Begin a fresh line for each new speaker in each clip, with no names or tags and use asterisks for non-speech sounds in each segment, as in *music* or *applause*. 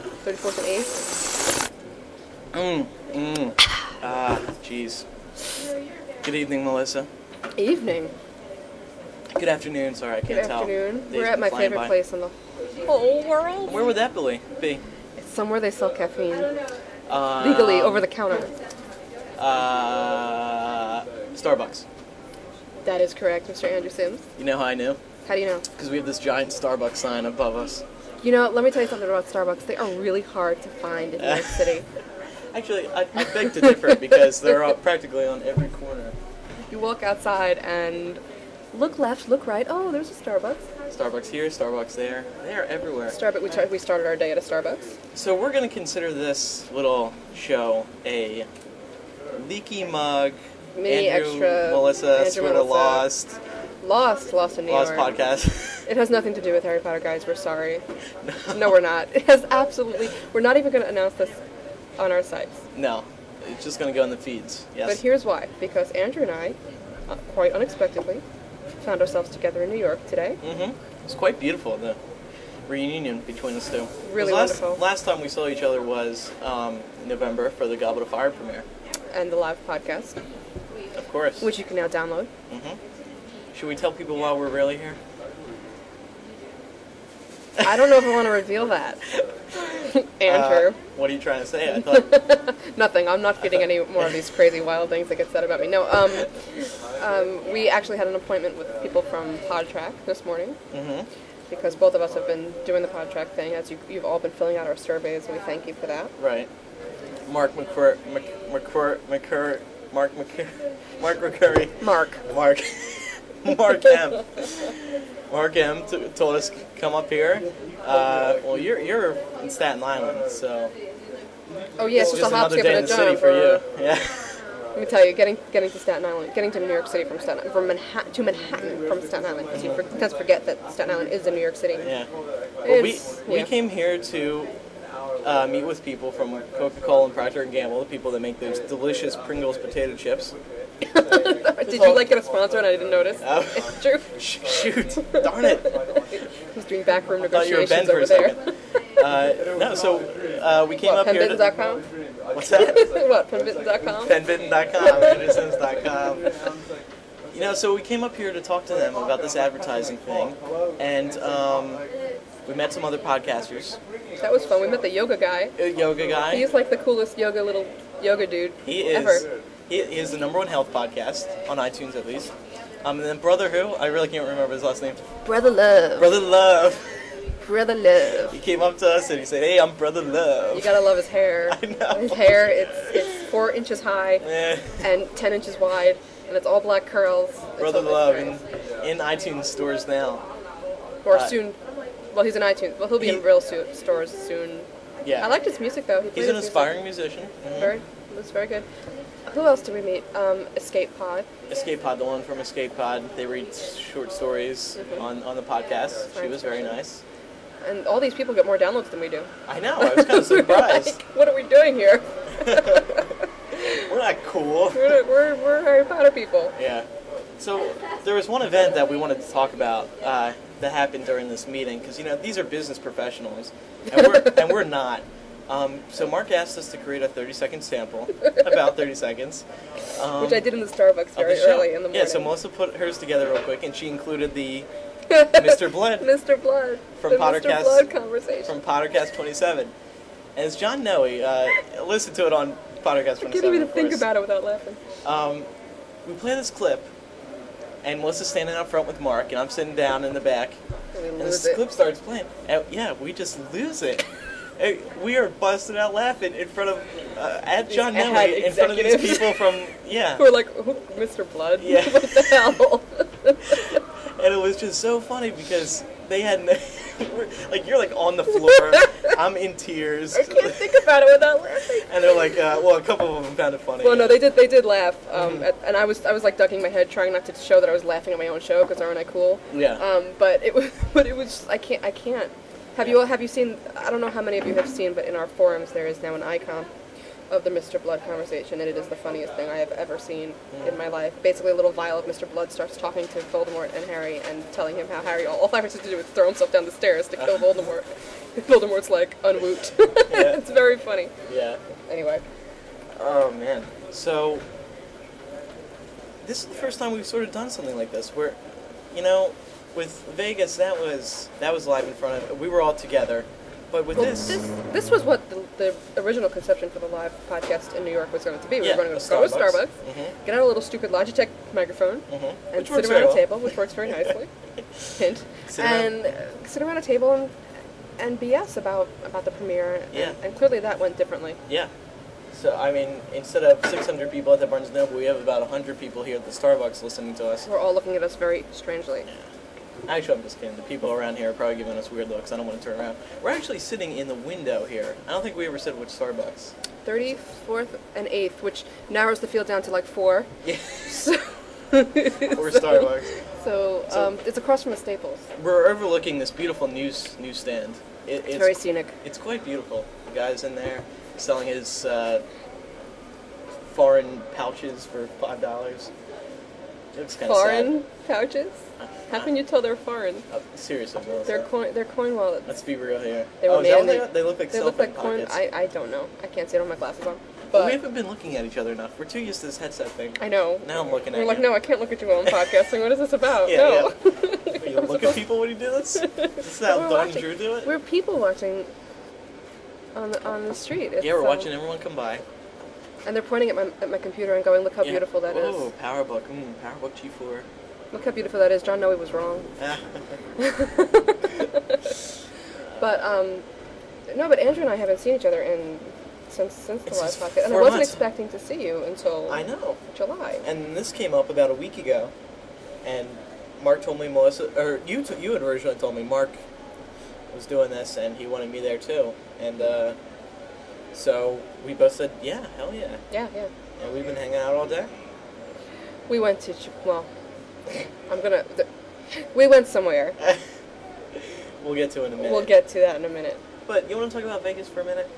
34 to 8.
Mm, mm. Ah, jeez. Good evening, Melissa.
Evening.
Good afternoon. Sorry, I can't
Good
tell.
afternoon.
Days
We're at
been
my
flying
favorite
by.
place in the whole world.
Where would that be? Be
It's somewhere they sell caffeine
uh,
legally over the counter.
uh, Starbucks.
That is correct, Mr. Andrew Sims.
You know how I knew?
How do you know?
Because we have this giant Starbucks sign above us.
You know, let me tell you something about Starbucks. They are really hard to find in New York
*laughs*
City.
Actually, I, I beg
*laughs*
to differ because they're all, practically on every corner.
You walk outside and look left, look right. Oh, there's a Starbucks.
Starbucks here, Starbucks there. They are everywhere.
Starbucks. We, tra- we started our day at a Starbucks.
So we're gonna consider this little show a leaky mug.
Mini
Andrew,
extra,
Melissa,
Andrew,
sort of
Melissa.
lost,
Lost, lost in New
lost
York.
podcast. *laughs*
It has nothing to do with Harry Potter, guys. We're sorry. no, we're not. It has absolutely. We're not even going to announce this on our sites.
no, it's just gonna go in the feeds. Yes.
But here's why: because Andrew and I, uh, quite unexpectedly, found ourselves together in New York today.
Mm-hmm. It's quite beautiful the reunion between us two. 'Cause
Really
last,
wonderful.
Last time we saw each other was um, in November for the Goblet of Fire premiere.
and the live podcast,
Of course. Mm-hmm.
which you can now download.
Should we tell people why we're really here?
I don't know if I want to reveal that. *laughs* Andrew,
Uh, What are you trying to say? I thought
*laughs* nothing. I'm not
uh,
getting any more of these crazy, wild things that get said about me. No, um, um, we actually had an appointment with people from PodTrack this morning.
mm-hmm.
Because both of us have been doing the PodTrack thing, as you, you've all been filling out our surveys, and we thank you for that.
right. Mark McCur Mc- McCur McCur Mark McCur Mark McCurry
Mark,
Mark *laughs* Mark M. Mark M. T- told us come up here. Uh, well, you're you're in Staten Island, so
oh yes,
it's
it's
just
a hop,
another
skip,
day in
and
the
a
city
jump.
for you.
or-
*laughs* Yeah.
Let me tell you, getting getting to Staten Island, getting to New York City from Staten from Manhattan to Manhattan from Staten Island, because you for, tend to forget that Staten Island is in New York City.
Yeah. Well, we,
It's-
we
yeah.
came here to uh, meet with people from Coca-Cola and Procter and Gamble, the people that make those delicious Pringles potato chips. *laughs*
Did you like get a sponsor and I didn't notice?
Oh.
*laughs* It's true.
Sh- Shoot, darn it!
He's doing backroom
Thought you were
negotiations
Ben for
over
a
there.
second. Uh, no, so uh, we came
What,
up here. To,
penbitten.com?
what's that?
*laughs* what, penbitten.com?
Benbitten.com, Andersons.com. You know, so we came up here to talk to them about this advertising thing, and um, we met some other podcasters.
That was fun. We met the yoga guy.
A yoga guy.
He's like the coolest yoga little yoga dude
He is.
ever.
He is the number one health podcast on iTunes, at least. Um, and then Brother Who, I really can't remember his last name.
Brother love.
Brother Love.
Brother love.
He came up to us and he said, "Hey, I'm Brother
You
Love."
gotta love his hair.
*laughs* I know.
His hair, it's, it's four inches high.
Eh,
and 10 inches wide, and it's all black curls. It's
Brother
totally
Love in,
nice.
in iTunes stores now.
Or
uh,
soon. Well, he's in iTunes. Well, he'll be
he-
in real su- stores soon.
Yeah.
I liked his music, though. He played
He's an
his music.
aspiring musician. Mm-hmm.
Very, it was very good. Who else did we meet? Um, Escape Pod.
Escape Pod, the one from Escape Pod. They read short stories on, on the podcast. She was very nice.
And all these people get more downloads than we
*laughs*
do.
I know. I was kind of surprised.
*laughs* Like, what are we doing here? *laughs*
We're not cool.
We're, we're, we're Harry Potter people.
Yeah. So there was one event that we wanted to talk about uh, that happened during this meeting because you know these are business professionals,
*laughs*
and we're and we're not. Um, so Mark asked us to create a 30-second sample, about 30 seconds, um,
Which I did in the Starbucks
of the
very
show.
early in the morning.
Yeah. So Melissa put hers together real quick, and she
*laughs*
included the Mr. Blood
Mr. Blood.
From
the
Pottercast-
Mr. Blood conversation.
from Pottercast 27. And it's John Noe. Uh, listen to it on Pottercast 27.
I can't even
of
think
course.
about it without laughing.
Um, we play this clip, and Melissa's standing out front with Mark, and I'm sitting down in the back.
And we
And
lose
this
it.
clip starts playing. And yeah, we just lose
*laughs*
it. And we are busting out laughing in front of uh, at John
ad
Nelly in front of these
executives.
people from
*laughs*
yeah,
We're like, oh, Mr. Blood?
Yeah.
*laughs* what the hell?
and it was just so funny because they had no, *laughs* we're- like you're like on
*laughs*
the floor. I'm in tears,
I can't think about it without laughing.
and they're like, uh, well, a couple of them found it funny.
Well, no, they did. They did laugh, um, at- and I was, I was like ducking my head, trying not to show that I was laughing at my own show because aren't I cool?
Yeah.
Um, but it was, *laughs* but it was. Just, I can't. I can't. Have you all? Have you seen? I don't know how many of you have seen, but in our forums there is now an icon of the Mr. Blood conversation, and it is the funniest thing I have ever seen in my life. Basically, a little vial of Mr. Blood starts talking to Voldemort *laughs* and Harry, and telling him how Harry all, all Harry has to do is throw himself down the stairs to kill Voldemort. Voldemort's like unwoot. *laughs*
Yeah.
it's very funny.
Yeah.
Anyway,
Oh man. So this is the first time we've sort of done something like this. Where, you know, with Vegas that was that was live in front of we were all together, but with
well,
this,
this this was what the, the original conception for the live podcast in New York was going to be. We
yeah,
were going
a
to go to Starbucks,
Mm-hmm,
get out a little stupid Logitech microphone,
mm-hmm.
and sit around a table, which works very
*laughs*
nicely. Hint.
Sit around.
and uh, sit around a table and and BS about about the premiere. and-
Yeah.
And, clearly that went differently.
Yeah. So I mean, instead of 600 people at the Barnes and Noble, we have about 100 people here at the Starbucks listening to us.
We're all looking at us very strangely.
Actually, I'm just kidding. The people around here are probably giving us weird looks. I don't want to turn around. We're actually sitting in the window here. I don't think we ever said which Starbucks.
34th and 8th, which narrows the field down to like four.
Yeah. *laughs*
So,
or Starbucks.
so,
So-
um, it's across from the Staples.
We're overlooking this beautiful news newsstand. It,
It's, very scenic.
It's quite beautiful. The guy's in there selling his uh, foreign pouches for five dollars. Looks kind of
Foreign pouches? How can you tell they're foreign?
Sad. Uh, seriously, Melissa.
They're coin, they're coin wallets.
Let's be real here.
They were
oh, is that what
made
they,
in the-
are? they look like
They
cell
look
phone
like coin.
pockets.
I, I don't know. I can't see. I don't have my glasses on.
we
But
haven't been looking at each other enough. We're too used to this headset thing.
I know.
Now I'm looking at
We're like,
you.
no, I can't look at you while I'm podcasting. What is this about?
Yeah,
no. *laughs*
Wait, you look at people when you do this. Is that
We're
how Don and
watching-
Drew do it?
We're people watching on the, on the street. It's,
yeah, we're
um,
watching everyone come by.
And they're pointing at my, at my computer and going, look how
Yeah.
beautiful that is.
Oh, PowerBook. Mm, PowerBook
*laughs*
G4.
Look how beautiful that is. John Noe was wrong. *laughs*
Ah.
But um, no, but Andrew and I haven't seen each other in since since the
It's
live
just
podcast, and I
four
wasn't
months.
expecting to see you until
I know.
July.
And this came up about a week ago, and Mark told me Melissa, or you, t- you had originally told me Mark was doing this, and he wanted me there too, and uh, so we both said, yeah, hell yeah,
yeah, yeah.
and we've been hanging out all day.
We went to Ch- well, I'm gonna. Th- we went somewhere.
we'll get to it in a minute.
We'll get to that in a minute.
But you want to talk about Vegas for a minute?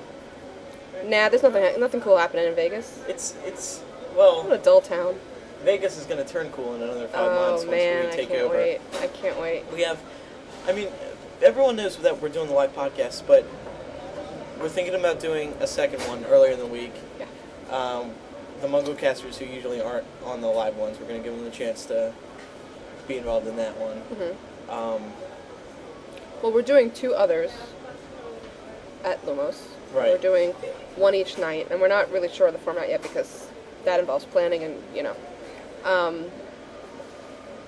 Nah, there's nothing nothing cool happening in Vegas.
It's it's
What a
well,
dull town.
Vegas is going to turn cool in another five months
Oh
once
man,
we
I
take
can't
over.
wait. I can't wait.
We have, I mean, everyone knows that we're doing the live podcast, but we're thinking about doing a second one earlier in the week.
Yeah.
Um, the Mungo casters who usually aren't on the live ones, we're going to give them the chance to be involved in that one.
hmm
Um,
Well, we're doing two others at Lumos.
Right.
We're doing one each night, and we're not really sure of the format yet because that involves planning and, you know. Um,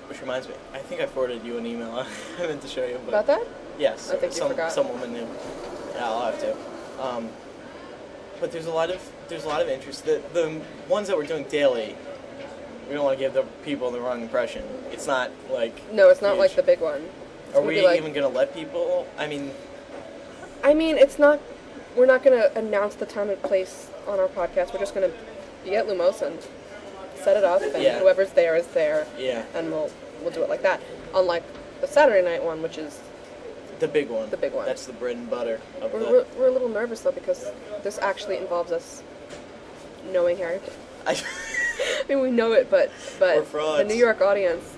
which reminds me, I think I forwarded you an email *laughs* I meant to show you. But
about that?
Yes,
I think you
some,
forgot.
some woman knew. Yeah, I'll have to. Um, but there's a lot of there's a lot of interest. The the ones that we're doing daily, we don't want to give the people the wrong impression. It's not like
No, it's not
huge.
like the big one. It's
Are
gonna be
we
like-
even gonna let people? I mean,
I mean, it's not. We're not going to announce the time and place on our podcast. We're just going to be at Lumos and set it up, and
Yeah.
whoever's there is there,
yeah,
and we'll we'll do it like that. Unlike the Saturday night one, which is
the big one.
The big one.
That's the bread and butter of
we're,
the.
we're, we're a little nervous though because this actually involves us knowing Harry.
*laughs*
*laughs*
I,
I mean, we know it, but
We're
but
frauds.
the New York audience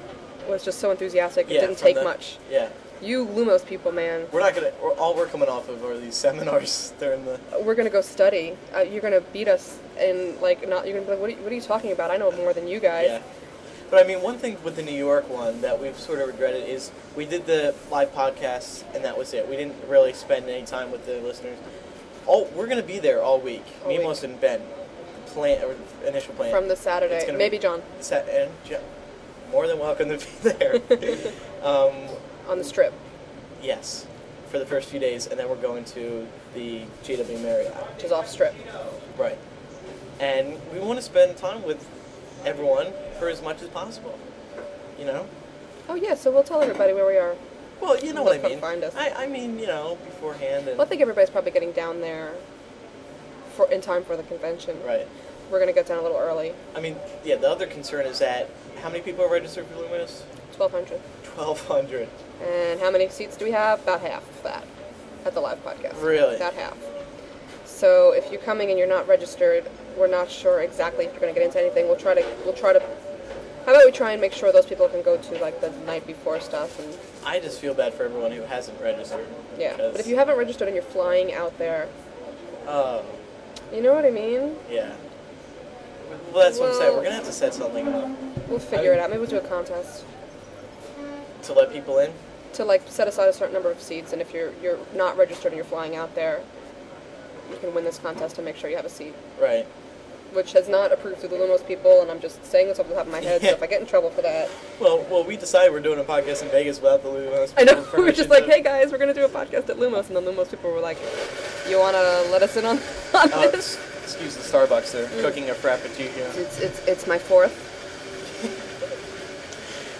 was just so enthusiastic. It
yeah,
didn't
from
take
the-
much.
Yeah,
You Lumos people, man,
we're not gonna. We're, all we're coming off of are these seminars *laughs* during the.
we're gonna go study. Uh, you're gonna beat us in like not. You're gonna be like, what are you, what are you talking about? I know more than you guys.
Yeah. But I mean, one thing with the New York one that we've sort of regretted is we did the live podcast and that was it. We didn't really spend any time with the listeners. All we're going to be there all week.
All
Me,
week.
Melissa, and Ben. Plan or initial plan.
From the Saturday,
It's gonna
maybe
be-
John
Set and Jo- more than welcome to be *laughs* there. um,
on the strip,
yes, for the first few days, and then we're going to the JW Marriott.
which is off strip.
Right. And we want to spend time with everyone for as much as possible. You know.
Oh yeah, so we'll tell everybody where we are.
Well, you know
They'll
what I
come
mean.
find us.
I, I mean, you know, beforehand and
Well, I think everybody's probably getting down there for in time for the convention.
right.
We're gonna get down a little early,
I mean, yeah. The other concern is that how many people are registered for Luminous?
1200.
Twelve hundred.
And how many seats do we have? About half that at the live podcast.
Really?
About half. So if you're coming and you're not registered, we're not sure exactly if you're going to get into anything. We'll try to we'll try to How about we try and make sure those people can go to like the night before stuff and
I just feel bad for everyone who hasn't registered.
yeah. But if
because,
you haven't registered and you're flying out there,
uh,
you know what I mean?
yeah. Well, that's what I'm saying.
Well-
We're gonna have to set something up
We'll figure it out. Maybe we'll do a contest
to let people in.
to like set aside a certain number of seats, and if you're you're not registered and you're flying out there, you can win this contest and make sure you have a seat.
Right.
Which is not approved through the Lumos people, and I'm just saying this off the top of my head. So if I get in trouble for that,
Well, well, we decided we're doing a podcast in Vegas without the Louis Vuitton.
*laughs* I know we *laughs* were
permission,
just like,
so-
hey guys, we're gonna do a podcast at Lumos, and the Lumos people were like, you wanna let us in on, *laughs* on
Oh,
this?
ex- excuse the Starbucks. They're cooking a frappuccino.
It's, it's, it's my fourth.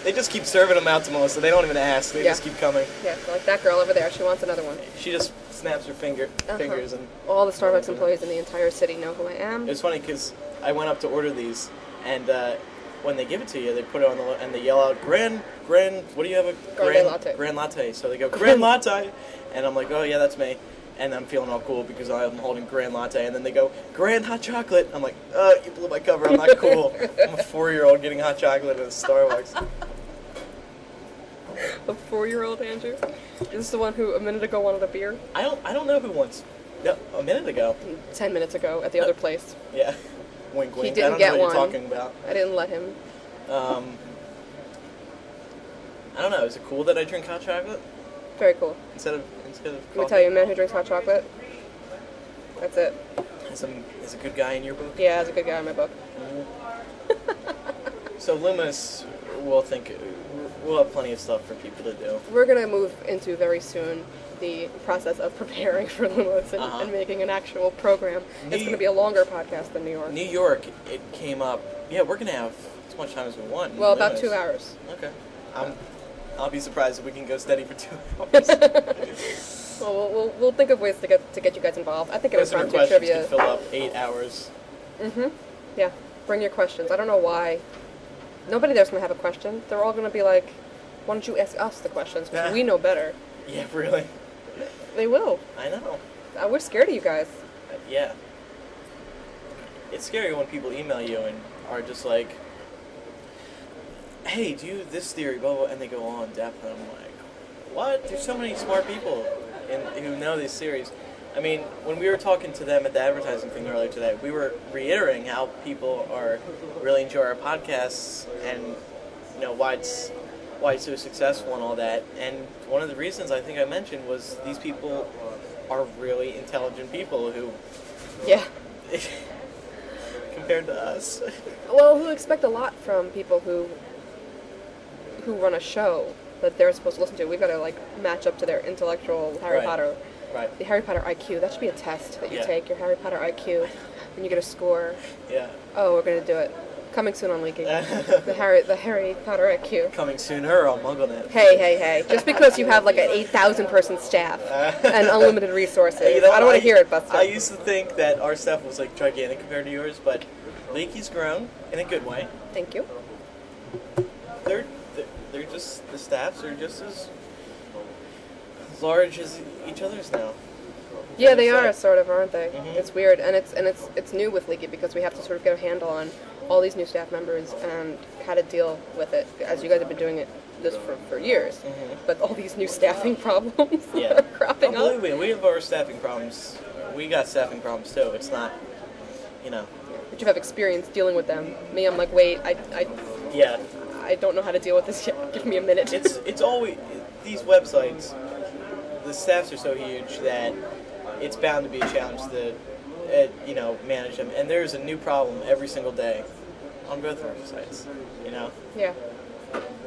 They just keep serving them out to Melissa. They don't even ask. They
Yeah.
just keep coming.
Yeah, so like that girl over there, she wants another one.
She just snaps her finger
Uh-huh.
fingers, and
All the Starbucks employees in the entire city know who I am.
it was funny because I went up to order these, and uh, when they give it to you, they put it on the lo- and they yell out "Grand Grand." What do you have a
Grande latte.
Grand latte. So they go Grand latte, and I'm like, oh yeah, that's me. And I'm feeling all cool because I'm holding Grand Latte, and then they go Grand Hot Chocolate. I'm like, uh, you blew my cover. I'm not cool. I'm a four-year-old getting hot chocolate at a Starbucks.
A four-year-old Andrew. This is the one who a minute ago wanted a beer.
I don't. I don't know who wants. No, a minute ago.
Ten minutes ago at the other place.
Yeah. Wink, wink.
didn't
I don't
get
know what
one.
you're talking about.
I didn't let him.
Um, I don't know. Is it cool that I drink hot chocolate
Very cool.
instead of instead of coffee?
Let me tell you, a man who drinks hot chocolate. That's it.
Is a, is a good guy in your book.
Yeah, that's a good guy in my book.
So Loomis will think we'll have plenty of stuff for people to do.
We're gonna move into very soon the process of preparing *laughs* for Lumos and,
Uh-huh.
and making an actual program.
New-
it's gonna be a longer podcast than New York.
New York, it came up. Yeah, we're gonna have as much time as we want. in
well, about
Loomis.
two hours.
Okay. I'm, I'll be surprised if we can go steady
*laughs*
for two hours.
Well, we'll, we'll, we'll think of ways to get to get you guys involved. I think it was
Listener
impromptu trivia.
questions
Mm-hmm.
could fill up eight hours.
Yeah, bring your questions. I don't know why. Nobody there's gonna have a question. They're all gonna be like, "Why don't you ask us the questions? 'Cause
Yeah.
we know better."
Yeah, *laughs* really.
They will.
I know.
Uh, we're scared of you guys.
Uh, Yeah. It's scary when people email you and are just like, hey, do you this theory, blah, blah, and they go all in depth, and I'm like, what? There's so many smart people in, who know these theories. I mean, when we were talking to them at the advertising thing earlier today, we were reiterating how people are really enjoy our podcasts and you know why it's why it's so successful and all that. And one of the reasons I think I mentioned was these people are really intelligent people who
Yeah.
compared to us. *laughs*
Well, who expect a lot from people who who run a show that they're supposed to listen to? We've got to like match up to their intellectual Harry
Right.
Potter.
Right.
The Harry Potter IQ. That should be a test that you
Yeah.
take your Harry Potter IQ, and you get a score.
Yeah.
Oh, we're gonna do it. Coming soon on
*laughs*
Leaky. the Harry, the Harry Potter IQ.
Coming sooner on MuggleNet.
Hey, hey, hey! Just because you have like an eight thousand person staff
*laughs*
and unlimited resources,
You know,
I don't want to hear it, Buster.
I used to think that our stuff was like gigantic compared to yours, but Leaky's grown in a good way.
Thank you.
They're they're- they're just the staffs are just as large as each other's
*laughs*
now.
Yeah, they
Understand.
are sort of, aren't they?
Mhm.
It's weird, and it's and it's it's new with Leaky because we have to sort of get a handle on all these new staff members and how to deal with it, as you guys have been doing it this for, for years. But all these new staffing *laughs* problems
Mm-hmm. Yeah.
are cropping
Oh, believe
up.
me, we have our staffing problems. We got staffing problems too. It's not, you know,
But you have experience dealing with them. Me, I'm like, wait, I, I,
yeah.
I don't know how to deal with this yet. *laughs* Give me a minute.
it's it's always these websites. The staffs are so huge that it's bound to be a challenge to, uh, you know, manage them. And there's a new problem every single day on both of our sites. You know. *laughs*
yeah.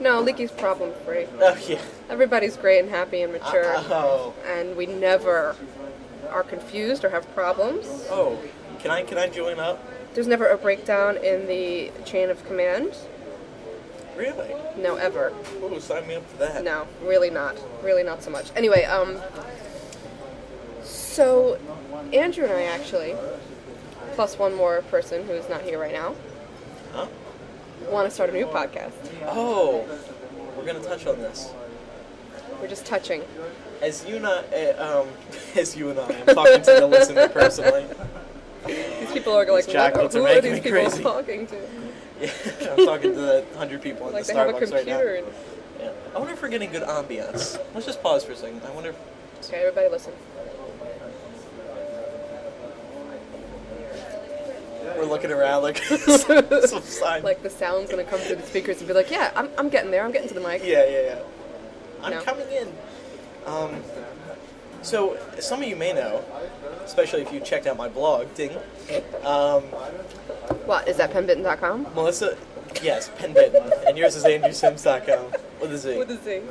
No, Leaky's problem free.
Oh yeah.
Everybody's great and happy and mature,
Oh.
and we never are confused or have problems.
Oh. Can I can I join up?
There's never a breakdown in the chain of command.
Really?
No, ever.
Ooh, sign me up for that.
No, really not. Really not so much. Anyway, um, so Andrew and I actually, plus one more person who is not here right now,
Huh?
want to start a new podcast.
Oh. We're gonna touch on this.
We're just touching.
As you and I, uh, um, *laughs* as you and I, I'm talking to the listener personally.
These people are like,
chocolates
what,
are
who are
making
these
me
people
crazy."
talking to?
Yeah, I'm talking to the hundred people in
Like
the
they have a
Starbucks right now.
computer. and-
Yeah. I wonder if we're getting good ambiance. Let's just pause for a second. I wonder. If,
Okay, everybody listen.
we're looking around like *laughs* some sign.
Like the sound's gonna come through the speakers and be like, yeah, I'm, I'm getting there. I'm getting to the mic.
yeah, yeah, yeah. I'm
No.
coming in. Um, so some of you may know, especially if you checked out my blog, ding. Um,
What is that? Penbitten.com.
Melissa, yes, Penbitten, and yours is andrewsims.com with a Z.
With a Z.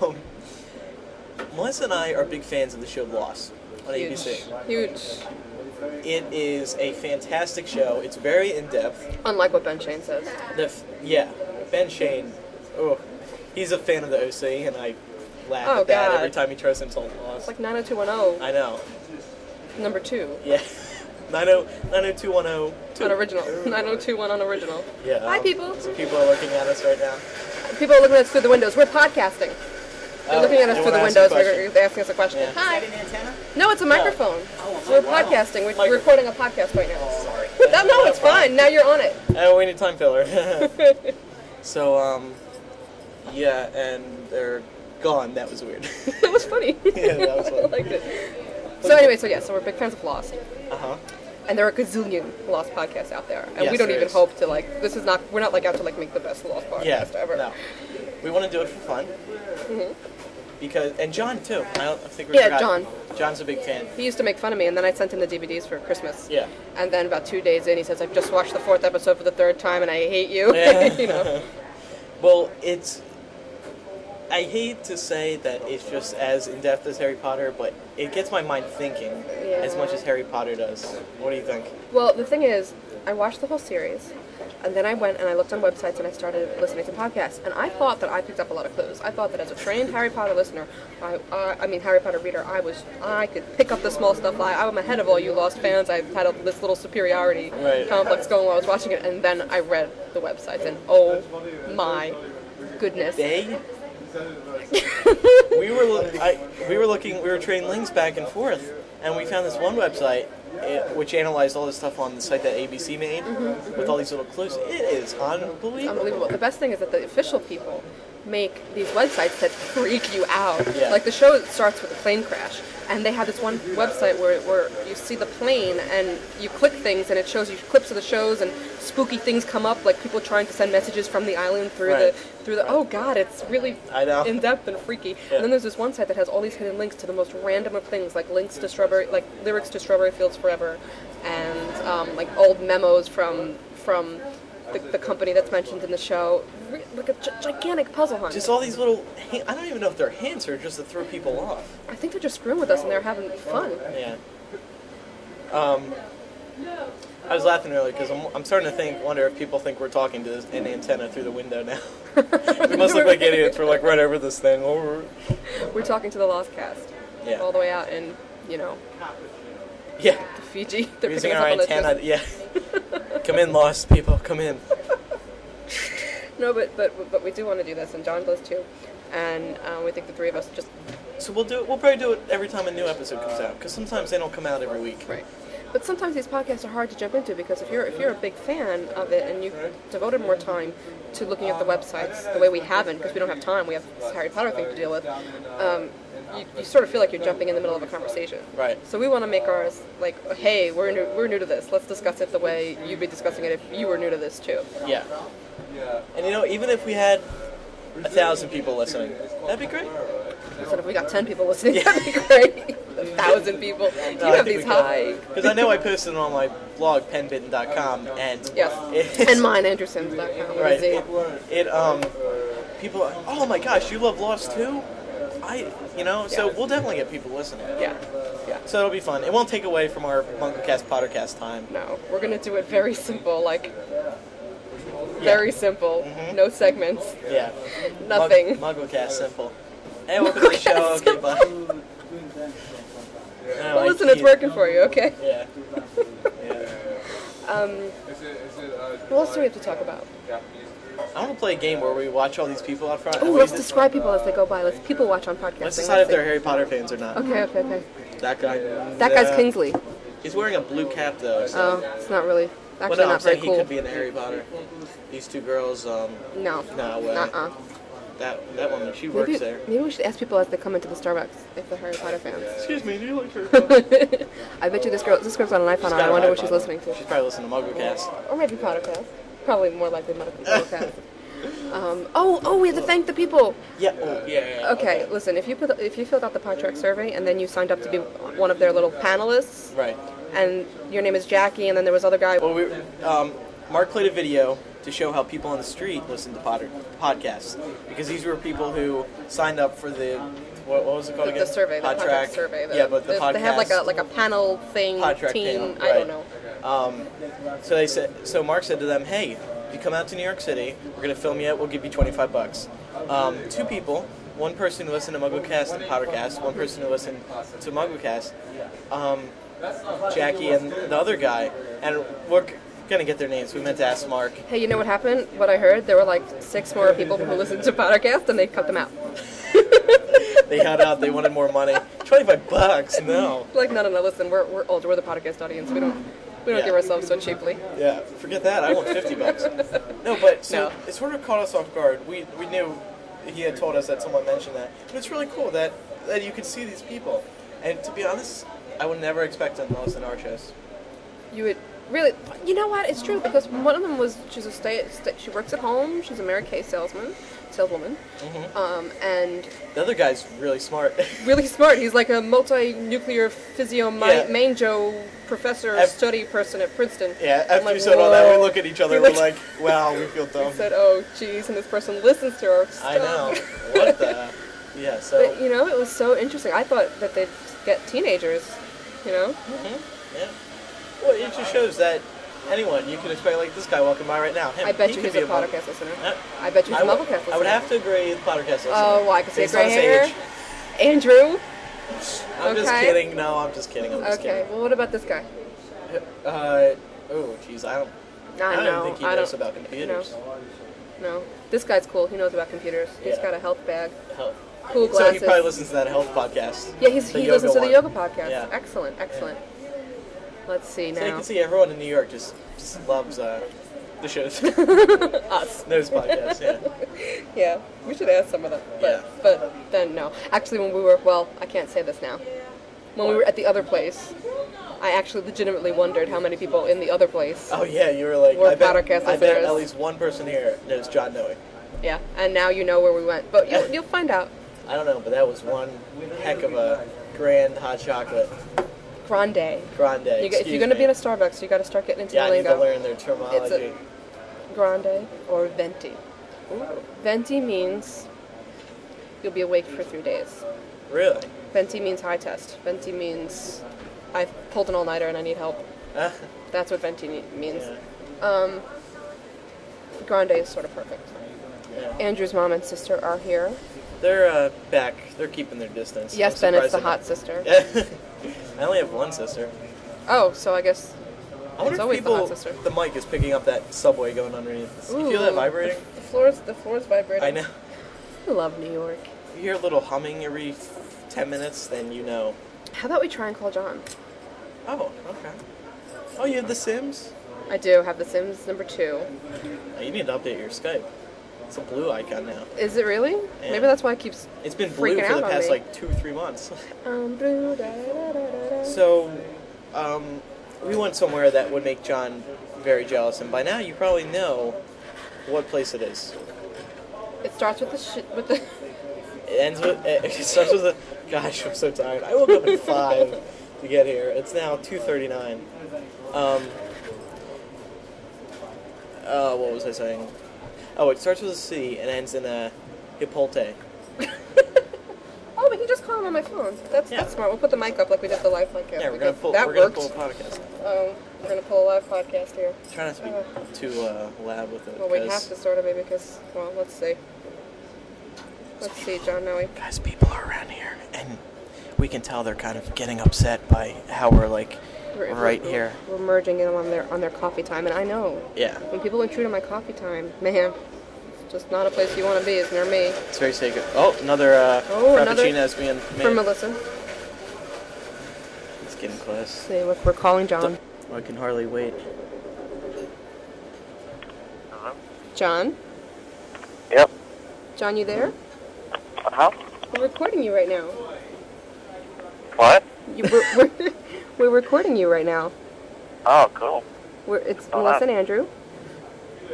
Um, Melissa and I are big fans of the show Lost on
Huge.
ABC.
Huge.
It is a fantastic show. It's very in depth.
Unlike what Ben Shane says.
The f- yeah, Ben Shane. Oh, he's a fan of the OC, and I laugh
Oh,
at that
God.
every time he tries himself
It's
Lost.
like 90210,
I know.
number two.
Yeah. *laughs* oh, 90
*laughs*
90210.
Unoriginal. 9021 unoriginal.
Yeah. um,
Hi, people.
Some people are looking at us right now.
People are looking at us through the windows. We're podcasting. They're
Oh,
looking at us
they
through the
wanna ask you a
windows. They're,
question.
they're asking us a question.
Yeah.
Hi.
an antenna?
No, it's a microphone.
Oh,
We're
wow.
podcasting. We're, we're
Microphone.
recording a podcast right now.
Sorry.
*laughs* No, no, it's fine. Now you're on it. *laughs*
Oh, we need time filler. so, um, yeah, and they're gone. That was weird. *laughs*
That was funny. *laughs*
yeah, that was
I
weird.
liked it. So anyway, so yeah, so we're big fans of Lost,
Uh huh.
and there are gazillion Lost podcasts out there, and
Yes,
we don't
there
even
is.
hope to like. This is not. We're not like out to like make the best Lost podcast
Yeah.
ever.
No. We want to do it for fun. Mm-hmm. Because and John too. I don't I think we
Yeah,
forgot.
John.
John's a big fan.
He used to make fun of me, and then I sent him the DVDs for Christmas.
Yeah.
And then about two days in, he says, "I've just watched the fourth episode for the third time, and I hate you."
Yeah.
*laughs* you know.
Well, it's. I hate to say that it's just as in depth as Harry Potter, but it gets my mind thinking as much as Harry Potter does. What do you think?
Well, the thing is, I watched the whole series, and then I went and I looked on websites and I started listening to podcasts. And I thought that I picked up a lot of clues. I thought that as a trained Harry Potter listener, I, I, I mean Harry Potter reader, I was I could pick up the small stuff. I, I'm ahead of all you Lost fans. I had a, this little superiority
Right.
complex going while I was watching it, and then I read the websites, and oh my goodness.
They. we were loo- I, we were looking we were trading links back and forth, and we found this one website it, which analyzed all this stuff on the site that ABC made with all these little clues. It is unbelievable.
unbelievable. The best thing is that the official people make these websites that freak you out.
Yeah.
Like the show starts with a plane crash, and they have this one website where, where you see the plane and you click things, and it shows you clips of the shows, and spooky things come up, like people trying to send messages from the island through
Right.
the through the. Oh God, it's really
I know.
in depth and freaky. And then there's this one site that has all these hidden links to the most random of things, like links to strawberry, like lyrics to Strawberry Fields Forever, and um, like old memos from from the, the company that's mentioned in the show. Re- Like a gi- gigantic puzzle hunt.
Just all these little. hi- I don't even know if they're hints or just to throw people off.
I think they're just screwing with us, and they're having fun.
Yeah. Um, I was laughing earlier because I'm, I'm starting to think, wonder if people think we're talking to this, an antenna through the window now. *laughs* we must look like idiots. We're like right over this thing. Over.
We're talking to the Lost Cast,
Yeah.
all the way out in you know
Yeah.
Fiji. *laughs* They're
We're
picking
using
us
our
up on the
antenna. Yeah.
*laughs*
come in, lost people. Come in.
No, but but but we do want to do this, and John does too. And uh, we think the three of us just
So we'll do. We'll probably do it every time a new episode comes out because sometimes they don't come out every week.
Right. But sometimes these podcasts are hard to jump into because if you're if you're a big fan of it and you've devoted more time to looking at the websites the way we haven't because we don't have time we have this Harry Potter thing to deal with, um, you, you sort of feel like you're jumping in the middle of a conversation.
Right.
So we want to make ours like, hey, we're new, we're new to this. Let's discuss it the way you'd be discussing it if you were new to this too.
Yeah. And you know, even if we had a thousand people listening, that'd be great.
Instead of we got ten people listening, *laughs* that'd be great. a thousld people. You have these high.
Because I know I posted it on my blog, penbitten.com, and
Yes.
*laughs*
*laughs*
it,
and mine, Andersons.com.
right, it, it um, people, are, oh my gosh, you love Lost too? I, you know, so
Yeah.
we'll definitely get people listening.
Yeah. Yeah.
So it'll be fun. It won't take away from our Munklecast Pottercast time.
No, we're gonna do it very simple, like very simple,
Mm-hmm.
no segments,
Yeah.
nothing.
Mug- Mugglecast, simple. Hey, welcome to the show. Okay, bye. No,
Well,
I
listen, it's
can't.
working for you, okay?
Yeah. yeah.
Is it, is it, uh,
What else do we have to talk about?
Japanese?
I want to play a game where we watch all these people out front.
Oh,
and we
let's
just-
describe people as they go by. Let's people watch on podcasting.
Let's decide if
see.
they're Harry Potter fans or not.
Okay, okay, okay.
That guy.
That guy's Kingsley.
He's wearing a blue cap though. So.
Oh, it's not really Actually,
well, no, I'm
not very
saying
cool.
he could be in Harry Potter. These two girls, um,
no.
No way.
Uh-uh.
that that woman, she works
Maybe,
uh, there.
maybe we should ask people as they come into the Starbucks if they're Harry Potter fans. *laughs*
*laughs* Excuse me, do you like Harry Potter?
I bet you this girl, this girl's on an iPhone.
She's
and
got
I
an
wonder what she's
iPod.
listening to.
She's probably listening to MuggleCast.
Or maybe podcast. Probably more likely medical podcast. *laughs* Um, oh, oh, we have to thank the people.
Yeah, oh, yeah, yeah.
Okay, listen. If you put, if you filled out the Podtrack survey and then you signed up to be one of their little panelists,
Right.
and your name is Jackie, and then there was other guy.
Well, we um, Mark played a video to show how people on the street listen to pod- podcasts because these were people who signed up for the what, what was it called
the,
again?
the survey, the
Podtrack.
Podtrack survey. The,
yeah, but the
they-
podcast.
they have like a like a panel thing,
Podtrack
team.
panel,
I
right.
don't know.
So they said. So Mark said to them, "Hey, if you come out to New York City, we're gonna film you. We'll give you 25 bucks." Um, two people. One person who listened to MuggleCast and Powdercast. One person who listened to MuggleCast. Um, Jackie and the other guy. And we're c- gonna get their names. We meant to ask Mark.
Hey, you know what happened? What I heard? There were like six more people who *laughs* listened to Podcast, and they cut them out.
They held out. They wanted more money. 25 bucks. No.
Like, no, no, no. Listen, we're, we're older. We're the podcast audience. We don't we don't
Yeah.
give ourselves so cheaply.
Yeah, forget that. I want fifty bucks. No, but so
No.
it sort of caught us off guard. We we knew he had told us that someone mentioned that, but it's really cool that that you could see these people. And to be honest, I would never expect them to listen to our shows.
You would really. You know what? It's true because one of them was she's a stay. stay she works at home. She's a Mary Kay salesman, saleswoman,
Mm-hmm.
um, and
The other guy's really smart.
really smart. He's like a multi-nuclear
Yeah.
physiomanjo professor
Ev-
study person at Princeton.
*laughs* yeah, after
I'm like,
you said all that, we
"Whoa."
look at each other.
We
We're
looked-
like, wow, we feel dumb.
said, "Oh, geez," and this person listens to our stuff.
I know. What the? Yeah.
*laughs*
So
But you know, it was so interesting. I thought that they'd get teenagers. You know,
yeah. Well, it just shows that anyone you can expect like this guy walking by right now. Him,
I bet
he
you
could
he's
be
a
mother-
podcast listener.
Yeah.
I bet you he's a
I would-
Mugglecast listener.
I would have to agree with podcast listener.
Oh, well, I could say
Based on
gray
his
hair.
age.
Andrew.
I'm just
Okay.
kidding. No, I'm just kidding. I'm just
Okay. Well, what about this guy?
kidding. Uh, oh, jeez, I don't.
I,
don't
know.
think he
I
knows
don't-
about computers.
No. no. This guy's cool. He knows about computers. He's
Yeah.
got a health bag,
Hell.
cool
So
glasses.
he probably listens to that health podcast.
yeah, he's,
the
he
yoga
listens to the
one.
yoga podcast.
Yeah.
Excellent. Excellent. Let's see
So you
now.
can see everyone in New York just, just loves uh,
*laughs*
the shows.
Us.
Those podcasts, yeah.
*laughs* Yeah, we should ask some of them. But,
Yeah.
but then no. Actually, when we were well, I can't say this now. When we were at the other place, I actually legitimately wondered how many people in the other place.
Oh yeah, you were like,
We're
I bet,
podcast
I bet at
listeners.
least one person here knows John Noe.
Yeah, and now you know where we went. But you, you'll find out.
I don't know, but that was one heck of a grand hot chocolate
Grande. You
grande.
get, if
Excuse
you're going to
me.
be in a Starbucks, you got to start getting into
yeah,
the
I need
lingo.
to learn their terminology.
Grande or venti. Venti means you'll be awake for three days.
Really?
Venti means high test. Venti means I've pulled an all nighter and I need
*laughs*
help.
Uh,
That's what venti ne- means. Um,
yeah.
Grande is sort of perfect.
Yeah.
Andrew's mom and sister are here.
They're uh, back. They're keeping their distance.
Yes,
I'm
Ben, it's the hot
surprised
sister.
they're not- *laughs* I only have one sister.
Oh, so I guess
I wonder
It's
if
always the
people,
hot sister.
the mic is picking up that subway going underneath. This. You feel
Ooh.
that vibrating?
the floor's the floor's vibrating.
I know. *laughs*
I love New York.
If you hear a little humming every f- ten minutes, then you know.
How about we try and call John?
Oh, okay. Oh, you have The Sims?
I do have The Sims number two.
Oh, you need to update your Skype. It's a blue icon now.
Is it really?
Yeah.
Maybe that's why it keeps.
It's been blue
Freaking
for
out
the
on
past
me.
like two, three months. *laughs*
Um, blue, da, da, da, da, da.
So, um, we went somewhere that would make John very jealous, and by now you probably know what place it is.
It starts with the sh- with the. *laughs*
It ends with *laughs* it starts with a gosh, I'm so tired. I woke up at five to get here. It's now two thirty nine. Um uh, what was I saying? Oh, it starts with a C and ends in a hipote.
Oh, we can just call him on my phone. That's
Yeah.
that's smart. We'll put the mic up like we did the live podcast.
Yeah, we're
We
gonna
could-
pull
that
we're
worked.
gonna pull a podcast.
Um, we're gonna pull a live podcast here.
Try not to be too uh, loud with it.
Well, we
'cause-
have to sort of maybe because well, let's see. Let's see, John Noe.
Guys, people are around here, and we can tell they're kind of getting upset by how we're like
We're-
right
we're-
here.
We're merging in on their on their coffee time, and I know
Yeah,
when people intrude on my coffee time, man, it's just not a place you want to be. It's near me.
it's very sacred. Oh, another uh,
Oh, another-
frappuccino is being
For
made.
Melissa,
It's getting Oh, close.
see, look, we're calling John.
I can hardly wait.
Uh-huh.
John?
Yep.
John, you there?
Uh-huh.
We're recording you right now.
What?
You, we're, we're, *laughs* we're recording you right now.
Oh, cool.
We're, it's
Oh,
Melissa
wow.
and Andrew.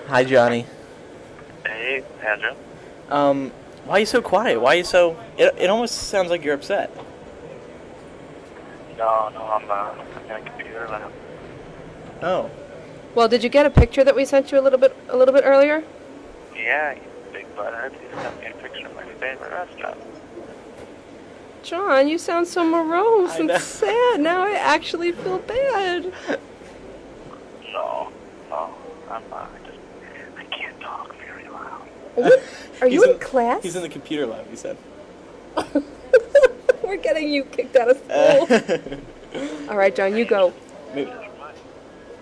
Hi, Johnny.
Hey, Andrew.
Um, why are you so quiet? Why are you so? It, it almost sounds like you're upset.
No, no, I'm uh, looking at a computer now.
Oh,
Well, did you get a picture that we sent you a little bit a little bit earlier?
Yeah, you big butthead. You sent me a picture of my favorite restaurant.
John, you sound so morose
I
and
know.
sad. Now I actually feel bad.
No, no, I'm not. I just, I can't talk very loud.
What? Are
He's
you in,
in-
class?
he's in the computer lab.
*laughs*
He said.
We're getting you kicked out of
Uh,
school. All right, John, you go.
*laughs* maybe-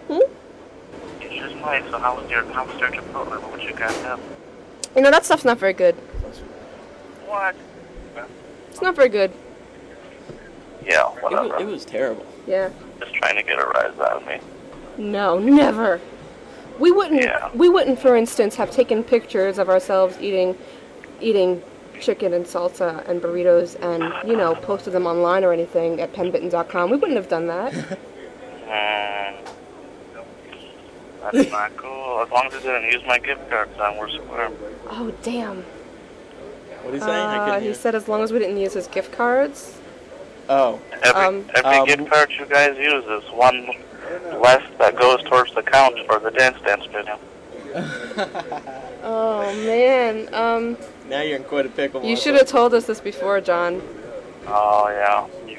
Hmm?
It's just life. So how was your, how was your Chipotle? What would you guys have?
You know that stuff's not very good.
What?
It's not very good.
Yeah,
it, was,
whatever.
it was terrible.
Yeah.
Just trying to get a rise out of me.
No, never. We wouldn't.
Yeah.
We wouldn't, for instance, have taken pictures of ourselves eating, eating chicken and salsa and burritos, and you know, posted them online or anything at penbitten.com. We wouldn't have done
*laughs*
that.
Mm. That's not cool. As long as you didn't use my gift card, then we're square.
oh damn.
What did he say? I
Uh,
couldn't
he
hear.
said as long as we didn't use his gift cards.
oh,
Every,
Um,
every
um,
gift card you guys use is one less that goes towards the couch or the dance dance video.
*laughs*
Oh man. Um,
now you're in quite a pickle.
you
Melissa.
should have told us this before, John.
Oh, yeah.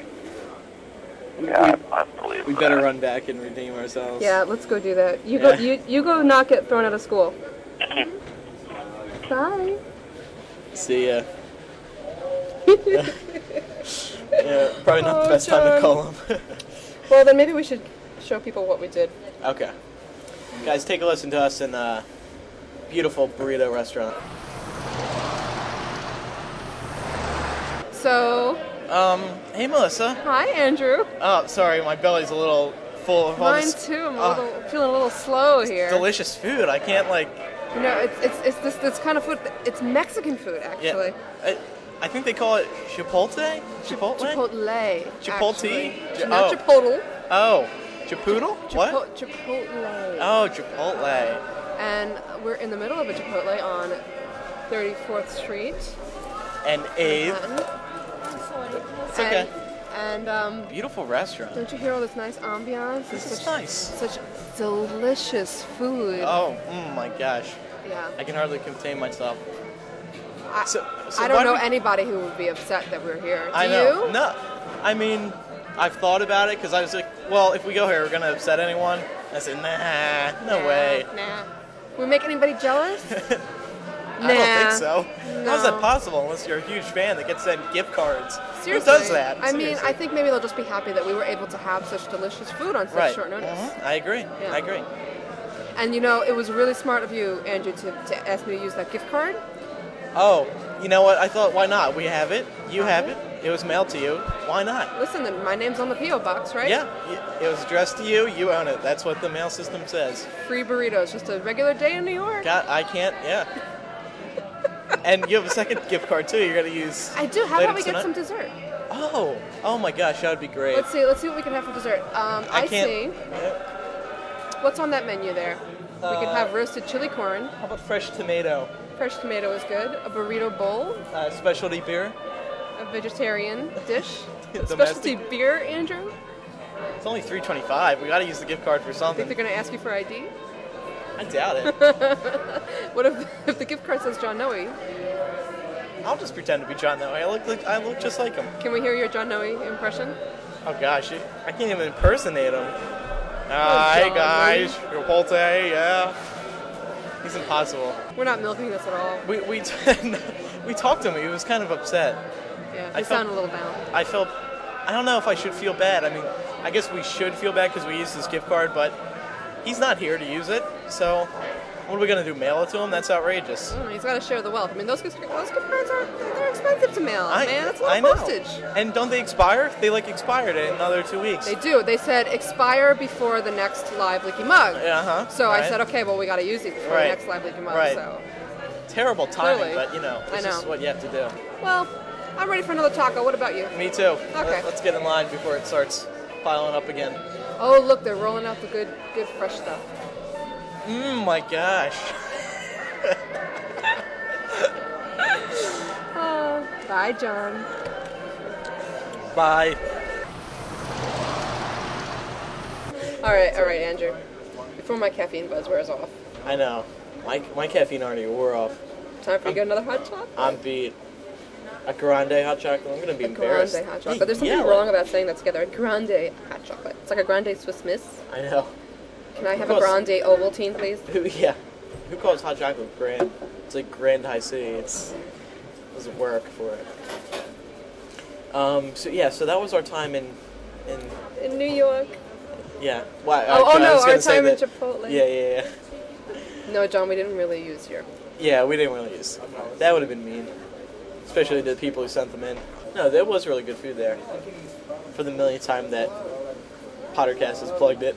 We,
Yeah,
we-
I, I believe
we better
that.
run back and redeem ourselves.
Yeah, let's go do that. You go.
Yeah.
You you go. Not get thrown out of
*laughs*
school. Bye.
See
*laughs*
ya. yeah, probably not
Oh,
the best time
John.
to call him. *laughs*
Well, then maybe we should show people what we did.
okay, guys, take a listen to us in a beautiful burrito restaurant.
So,
Um, hey Melissa.
hi, Andrew.
Oh, sorry, my belly's a little full of all
Mine
this
too. I'm a
Ah.
little, feeling a little slow here.
delicious food. I can't like.
You know, it's it's, it's this, this kind of food. It's Mexican food, actually.
Yeah, I, I think they call it chipotle. Chipotle.
Chipotle.
Chipotle?
actually.
Chi-
Not
oh.
chipotle.
oh, chipoodle. what?
Chipo- Chipotle.
Oh, chipotle.
And we're in the middle of a Chipotle on 34th Street.
And Abe.
Manhattan.
It's okay.
And, and um,
Beautiful restaurant.
don't you hear all this nice ambiance?
This
and
is
such,
nice.
Such delicious food.
Oh, mm, my gosh.
Yeah.
I can hardly contain myself.
I,
So- so
I don't
why
know
would-
anybody who would be upset that we're here. Do
I know.
you?
No, I mean, I've thought about it because I was like, well, if we go here, we're gonna upset anyone. I said, nah, no
Nah,
way.
Nah. We make anybody
*laughs*
jealous? nah.
I don't think so.
No.
How's that possible unless you're a huge fan that gets sent gift cards?
Seriously.
Who does that?
I mean,
Seriously.
I think maybe they'll just be happy that we were able to have such delicious food on such
right.
short notice.
Mhm. I agree. I agree.
And you know, it was really smart of you, Andrew, to, to ask me to use that gift card.
Oh, you know what? I thought, why not? We have it. You
Uh-huh.
have it. It was mailed to you. Why not?
Listen, then my name's on the P.O. box, right?
Yeah, y- it was addressed to you. You own it. That's what the mail system says.
Free burritos, just a regular day in New York.
God, I can't.
*laughs*
Yeah. and you have a second gift card too. You're gonna use.
I do. How
later
about we get
tonight?
some dessert?
Oh, oh my gosh, that would be great.
Let's see. Let's see what we can have for dessert. Um, I,
can't.
see.
Yeah.
What's on that menu there? we can
Uh,
have roasted chili corn.
How about fresh tomato
Fresh tomato is good. A burrito bowl,
uh, specialty beer?
a vegetarian
*laughs*
dish,
Domestic.
specialty beer, Andrew.
It's only three twenty-five. We got to use the gift card for
Think *laughs*
something.
they're gonna ask you for ID?
I doubt it.
What if, *laughs* if the gift card says John Noe?
I'll just pretend to be John that way. I look like I look just like him.
Can we hear your John Noe impression?
Oh gosh, you- I can't even impersonate him.
Oh, John,
Hi
really?
guys, Chipotle, yeah. He's impossible.
We're not milking this at all.
We we *laughs* we talked to him. He was kind of upset.
Yeah,
I
we sound
felt-
a little down.
I felt I don't know if I should feel bad. I mean, I guess we should feel bad because we used his gift card, but he's not here to use it. So What are we gonna do? Mail it to him? That's outrageous.
I mean, he's got to share the wealth. I mean, those gift, those gift cards are they're expensive to mail, man. That's a lot
I
of
know.
postage.
And don't they expire? They like expired in another two weeks.
They do. They said expire before the next live leaky mug.
Yeah, uh-huh.
So I
Right.
said, okay, well, we got to use these before
Right.
the next live leaky mug.
Right.
So,
Terrible timing,
Clearly.
but you know,
I
this is
know.
what you have to do.
well, I'm ready for another taco. What about you?
Me too.
Okay.
Let's get in line before it starts piling up again.
Oh, look, they're rolling out the good, good fresh stuff.
Mm, my gosh.
Oh, bye, John.
Bye.
All right, all right, Andrew. Before my caffeine buzz wears off,
I know. My, my caffeine already wore off.
time for you to get another hot chocolate.
I'm beat. A grande hot chocolate. I'm gonna be
A grande
embarrassed.
hot chocolate.
Hey,
But there's something
yellow.
wrong about saying that together. A grande hot chocolate. It's like a grande Swiss Miss.
I know. *laughs*
Can I have
Of
a
course.
grande Ovaltine, please?
Who? Yeah. Who calls hot chocolate grand? It's like grand high C. It's doesn't work for it. Um. So yeah. So that was our time in. In
In New York.
yeah. Why?
Oh, oh, no,
I was gonna
our
say
time in
that-
Chipotle.
Yeah, yeah, yeah.
No, John, we didn't really use here.
Yeah, we didn't really use. That would have been mean, especially to the people who sent them in. No, there was really good food there. For the millionth time that Pottercast has plugged it.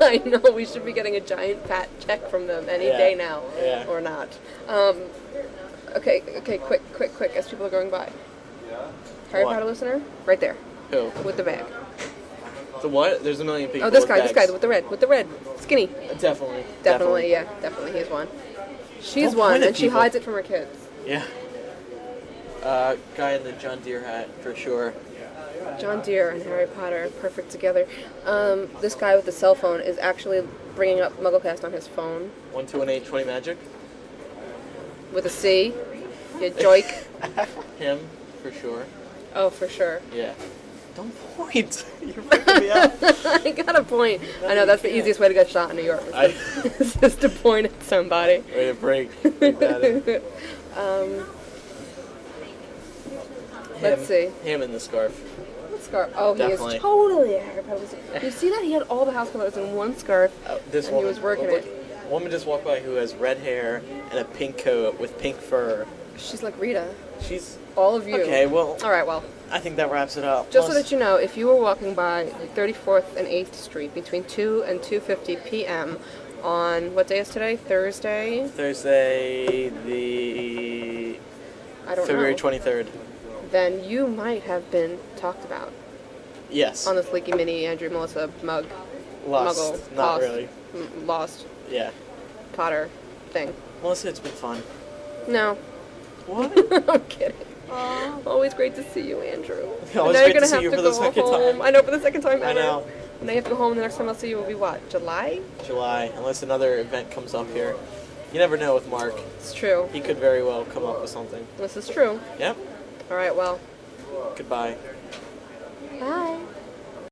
*laughs* *laughs* I know we should be getting a giant fat check from them any
Yeah.
day now,
Yeah.
or not. Um, okay, okay, quick, quick, quick, as people are going by. Harry
What?
Potter listener, right there
who?
with the bag.
The what? There's a million people.
Oh, this
with
guy, this
bags.
guy with the red, with the red, skinny.
Definitely.
Definitely, yeah, definitely, he's one. She's
Don't
one,
point at
and she
people.
hides it from her kids.
Yeah. Uh, guy in the John Deere hat for sure.
John Deere and Harry Potter, perfect together. Um, this guy with the cell phone is actually bringing up MuggleCast on his phone
One two one eight twenty magic.
with a C. Yeah,
*laughs*
joik.
Him for sure.
Oh, for sure. *laughs*
Yeah. Don't point. *laughs* You're freaking me out.
I got a point. I know
you
that's the
can't.
easiest way to get shot in New York. *laughs*
I-
Is just to point at
*laughs*
somebody.
Way to break. Break that in.
*laughs* Let's see.
Him- Him in the scarf.
What scarf? Oh, he
Definitely.
is totally a Harry Potter. wizard. You see that he had all the house colors in one scarf.
Uh, this
And he
woman
was working
look- Woman just walked by who has red hair and a pink coat with pink fur.
She's like Rita.
She's.
All of you.
Okay, well,
All right. Well,
I think that wraps it up.
just so that you know, if you were walking by 34th and 8th Street between 2 and 2:50 p.m. on what day is today? Thursday.
Thursday the
I don't
February
know.
twenty third.
Then you might have been talked about
Yes.
on this leaky mini Andrew Melissa mug.
Lost.
Muggle.
Not
lost,
really.
m- Lost
Yeah.
Potter thing.
Melissa, it's been fun.
No, *laughs*
What? *laughs*
I'm kidding. Always great to see you, Andrew.
Always great to see you for the second
home.
time.
I know for the second time.
I
ever.
know.
And now you have to go home. The next time I'll see you will be what? July?
July, unless another event comes up here. You never know with Mark.
It's true.
He could very well come up with something.
This is true.
Yep.
All right. Well.
Goodbye.
Bye.